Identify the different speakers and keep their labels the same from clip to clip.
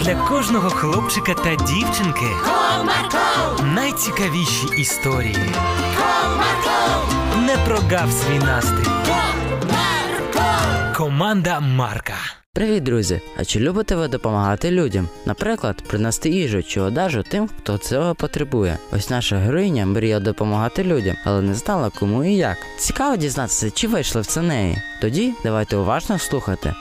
Speaker 1: для кожного хлопчика та дівчинки
Speaker 2: Comarco,
Speaker 1: найцікавіші історії.
Speaker 2: Comarco,
Speaker 1: Не прогав свій настрій.
Speaker 2: Comarco.
Speaker 1: Команда Марка.
Speaker 3: Привіт, друзі! А чи любите ви допомагати людям? Наприклад, принести їжу чи одежу тим, хто цього потребує. Ось наша героїня мріє допомагати людям, але не знала кому і як. Цікаво дізнатися, чи вийшло в це неї. Тоді давайте уважно слухати.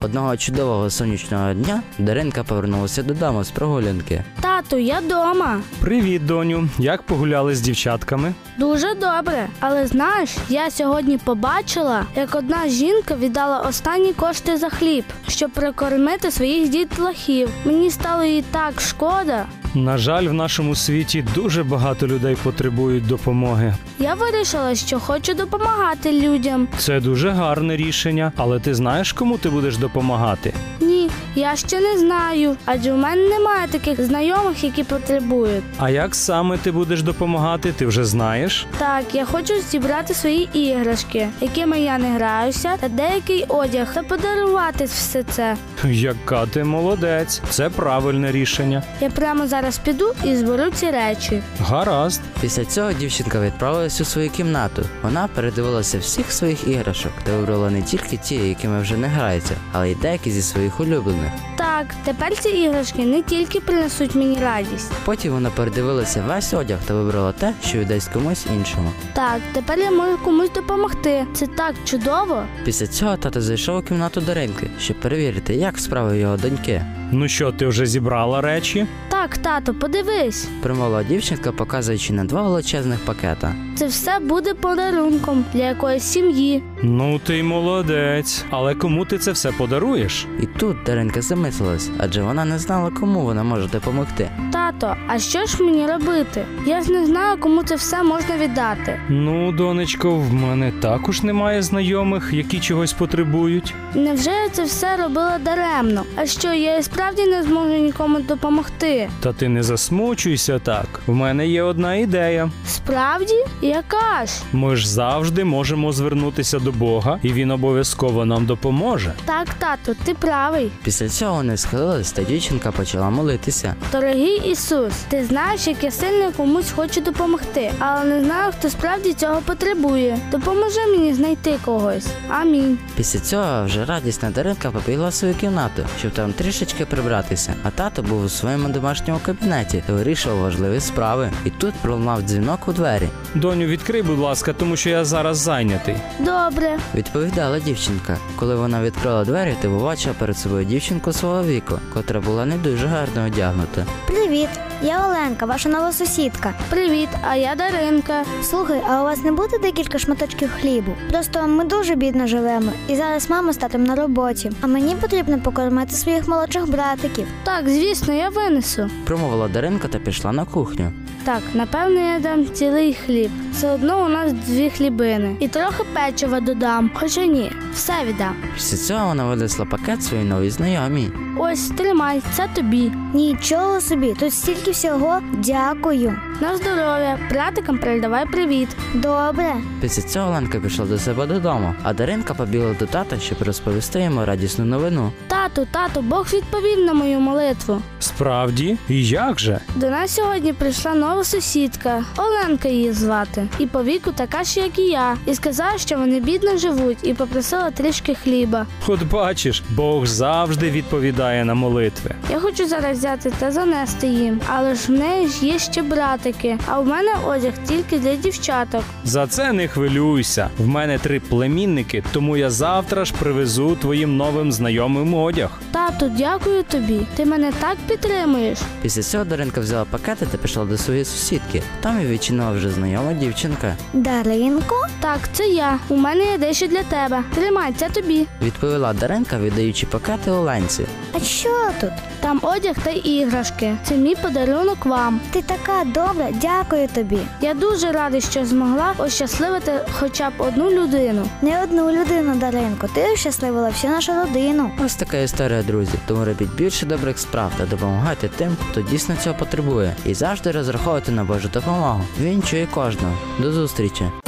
Speaker 3: Одного чудового сонячного дня Даринка повернулася додому з прогулянки.
Speaker 4: Тату, я дома.
Speaker 5: Привіт, доню. Як погуляли з дівчатками?
Speaker 4: Дуже добре. Але знаєш, я сьогодні побачила, як одна жінка віддала останні кошти за хліб, щоб прикормити своїх дітлахів. Мені стало їй так шкода.
Speaker 5: На жаль, в нашому світі дуже багато людей потребують допомоги.
Speaker 4: Я вирішила, що хочу допомагати людям.
Speaker 5: Це дуже гарне рішення, але ти знаєш, кому ти будеш допомагати?
Speaker 4: Ні, я ще не знаю, адже в мене немає таких знайомих, які потребують.
Speaker 5: А як саме ти будеш допомагати, ти вже знаєш?
Speaker 4: Так, я хочу зібрати свої іграшки, якими я не граюся, та деякий одяг, та подарувати все це.
Speaker 5: Яка ти молодець, це правильне рішення.
Speaker 4: Я прямо зараз піду і зберу ці речі.
Speaker 5: Гаразд.
Speaker 3: Після цього дівчинка відправилась у свою кімнату. Вона передивилася всіх своїх іграшок та вибрала не тільки ті, якими вже не грається, але й деякі зі своїх улюблених.
Speaker 4: Так, тепер ці іграшки не тільки принесуть мені радість.
Speaker 3: Потім вона передивилася весь одяг та вибрала те, що віддасть комусь іншому.
Speaker 4: Так, тепер я можу комусь допомогти. Це так чудово.
Speaker 3: Після цього тато зайшов у кімнату Даринки, щоб перевірити, як справи його доньки.
Speaker 5: Ну що, ти вже зібрала речі?
Speaker 4: Так, тато, подивись,
Speaker 3: Примовила дівчинка, показуючи на два величезних пакета.
Speaker 4: це все буде подарунком для якоїсь сім'ї.
Speaker 5: Ну ти й молодець. Але кому ти це все подаруєш?
Speaker 3: І тут Даринка замислилась, адже вона не знала, кому вона може допомогти.
Speaker 4: Тато, а що ж мені робити? Я ж не знаю, кому це все можна віддати.
Speaker 5: Ну, донечко, в мене також немає знайомих, які чогось потребують.
Speaker 4: Невже я це все робила даремно? А що я і справді не зможу нікому допомогти?
Speaker 5: Та ти не засмучуйся так. В мене є одна ідея.
Speaker 4: Справді? Яка ж?
Speaker 5: Ми ж завжди можемо звернутися до Бога, і він обов'язково нам допоможе.
Speaker 4: Так, тато, ти правий.
Speaker 3: Після цього вони схилились, та дівчинка почала молитися.
Speaker 4: Дорогий Ісус, ти знаєш, як я сильно комусь хочу допомогти, але не знаю, хто справді цього потребує. Допоможи мені знайти когось. Амінь.
Speaker 3: Після цього вже радісна Даринка побігла в свою кімнату, щоб там трішечки прибратися. А тато був у своєму домашньому кабінеті та вирішував важливі справи. І тут пролунав дзвінок у двері.
Speaker 5: Доню, відкрий, будь ласка, тому що я зараз зайнятий.
Speaker 4: Добре,
Speaker 3: Відповідала дівчинка. Коли вона відкрила двері, ти побачила перед собою дівчинку свого віку, котра була не дуже гарно одягнута.
Speaker 6: Привіт, я Оленка, ваша нова сусідка.
Speaker 4: привіт, а я Даринка.
Speaker 6: Слухай, а у вас не буде декілька шматочків хлібу? Просто ми дуже бідно живемо, і зараз мама з татом на роботі. А мені потрібно покормити своїх молодших братиків.
Speaker 4: Так, звісно, я винесу.
Speaker 3: Промовила Даринка та пішла на кухню.
Speaker 4: Так, напевно, я дам цілий хліб. Все одно у нас дві хлібини. І трохи печива додам. Хоча ні, все віддам.
Speaker 3: Після цього вона винесла пакет своїй новій знайомій.
Speaker 4: Ось тримай, це тобі.
Speaker 6: Нічого собі, тут стільки всього. Дякую.
Speaker 4: На здоров'я, братикам передавай привіт.
Speaker 6: Добре.
Speaker 3: Після цього Оленка пішла до себе додому, а Даринка побігла до тата, щоб розповісти йому радісну новину.
Speaker 4: Тату, тату, Бог відповів на мою молитву.
Speaker 5: Справді, і як же?
Speaker 4: До нас сьогодні прийшла нова сусідка, Оленка її звати, і по віку така ж, як і я, і сказала, що вони бідно живуть, і попросила трішки хліба.
Speaker 5: От бачиш, Бог завжди відповідає на молитви.
Speaker 4: Я хочу зараз взяти та занести їм, але ж в неї ж є ще братики, а в мене одяг тільки для дівчаток.
Speaker 5: За це не хвилюйся. В мене три племінники, тому я завтра ж привезу твоїм новим знайомим одяг.
Speaker 4: Тату, дякую тобі. Ти мене так підтримуєш.
Speaker 3: Після цього Даринка взяла пакети та пішла до своєї сусідки. Там і відчинила вже знайома дівчинка.
Speaker 6: Даринко?
Speaker 4: Так, це я. У мене є дещо для тебе. Тримай, це тобі.
Speaker 3: Відповіла Даринка, віддаючи пакети Оленці.
Speaker 6: А що тут?
Speaker 4: Там одяг та іграшки. Це мій подарунок вам.
Speaker 6: Ти така добра, дякую тобі.
Speaker 4: Я дуже радий, що змогла ощасливити хоча б одну людину.
Speaker 6: Не одну людину, Даринко, ти ощасливила всю нашу родину.
Speaker 3: Ось така історія, друзі. Тому робіть більше добрих справ та допомагайте тим, хто дійсно цього потребує, і завжди розраховуйте на Божу допомогу. Він чує кожного. До зустрічі!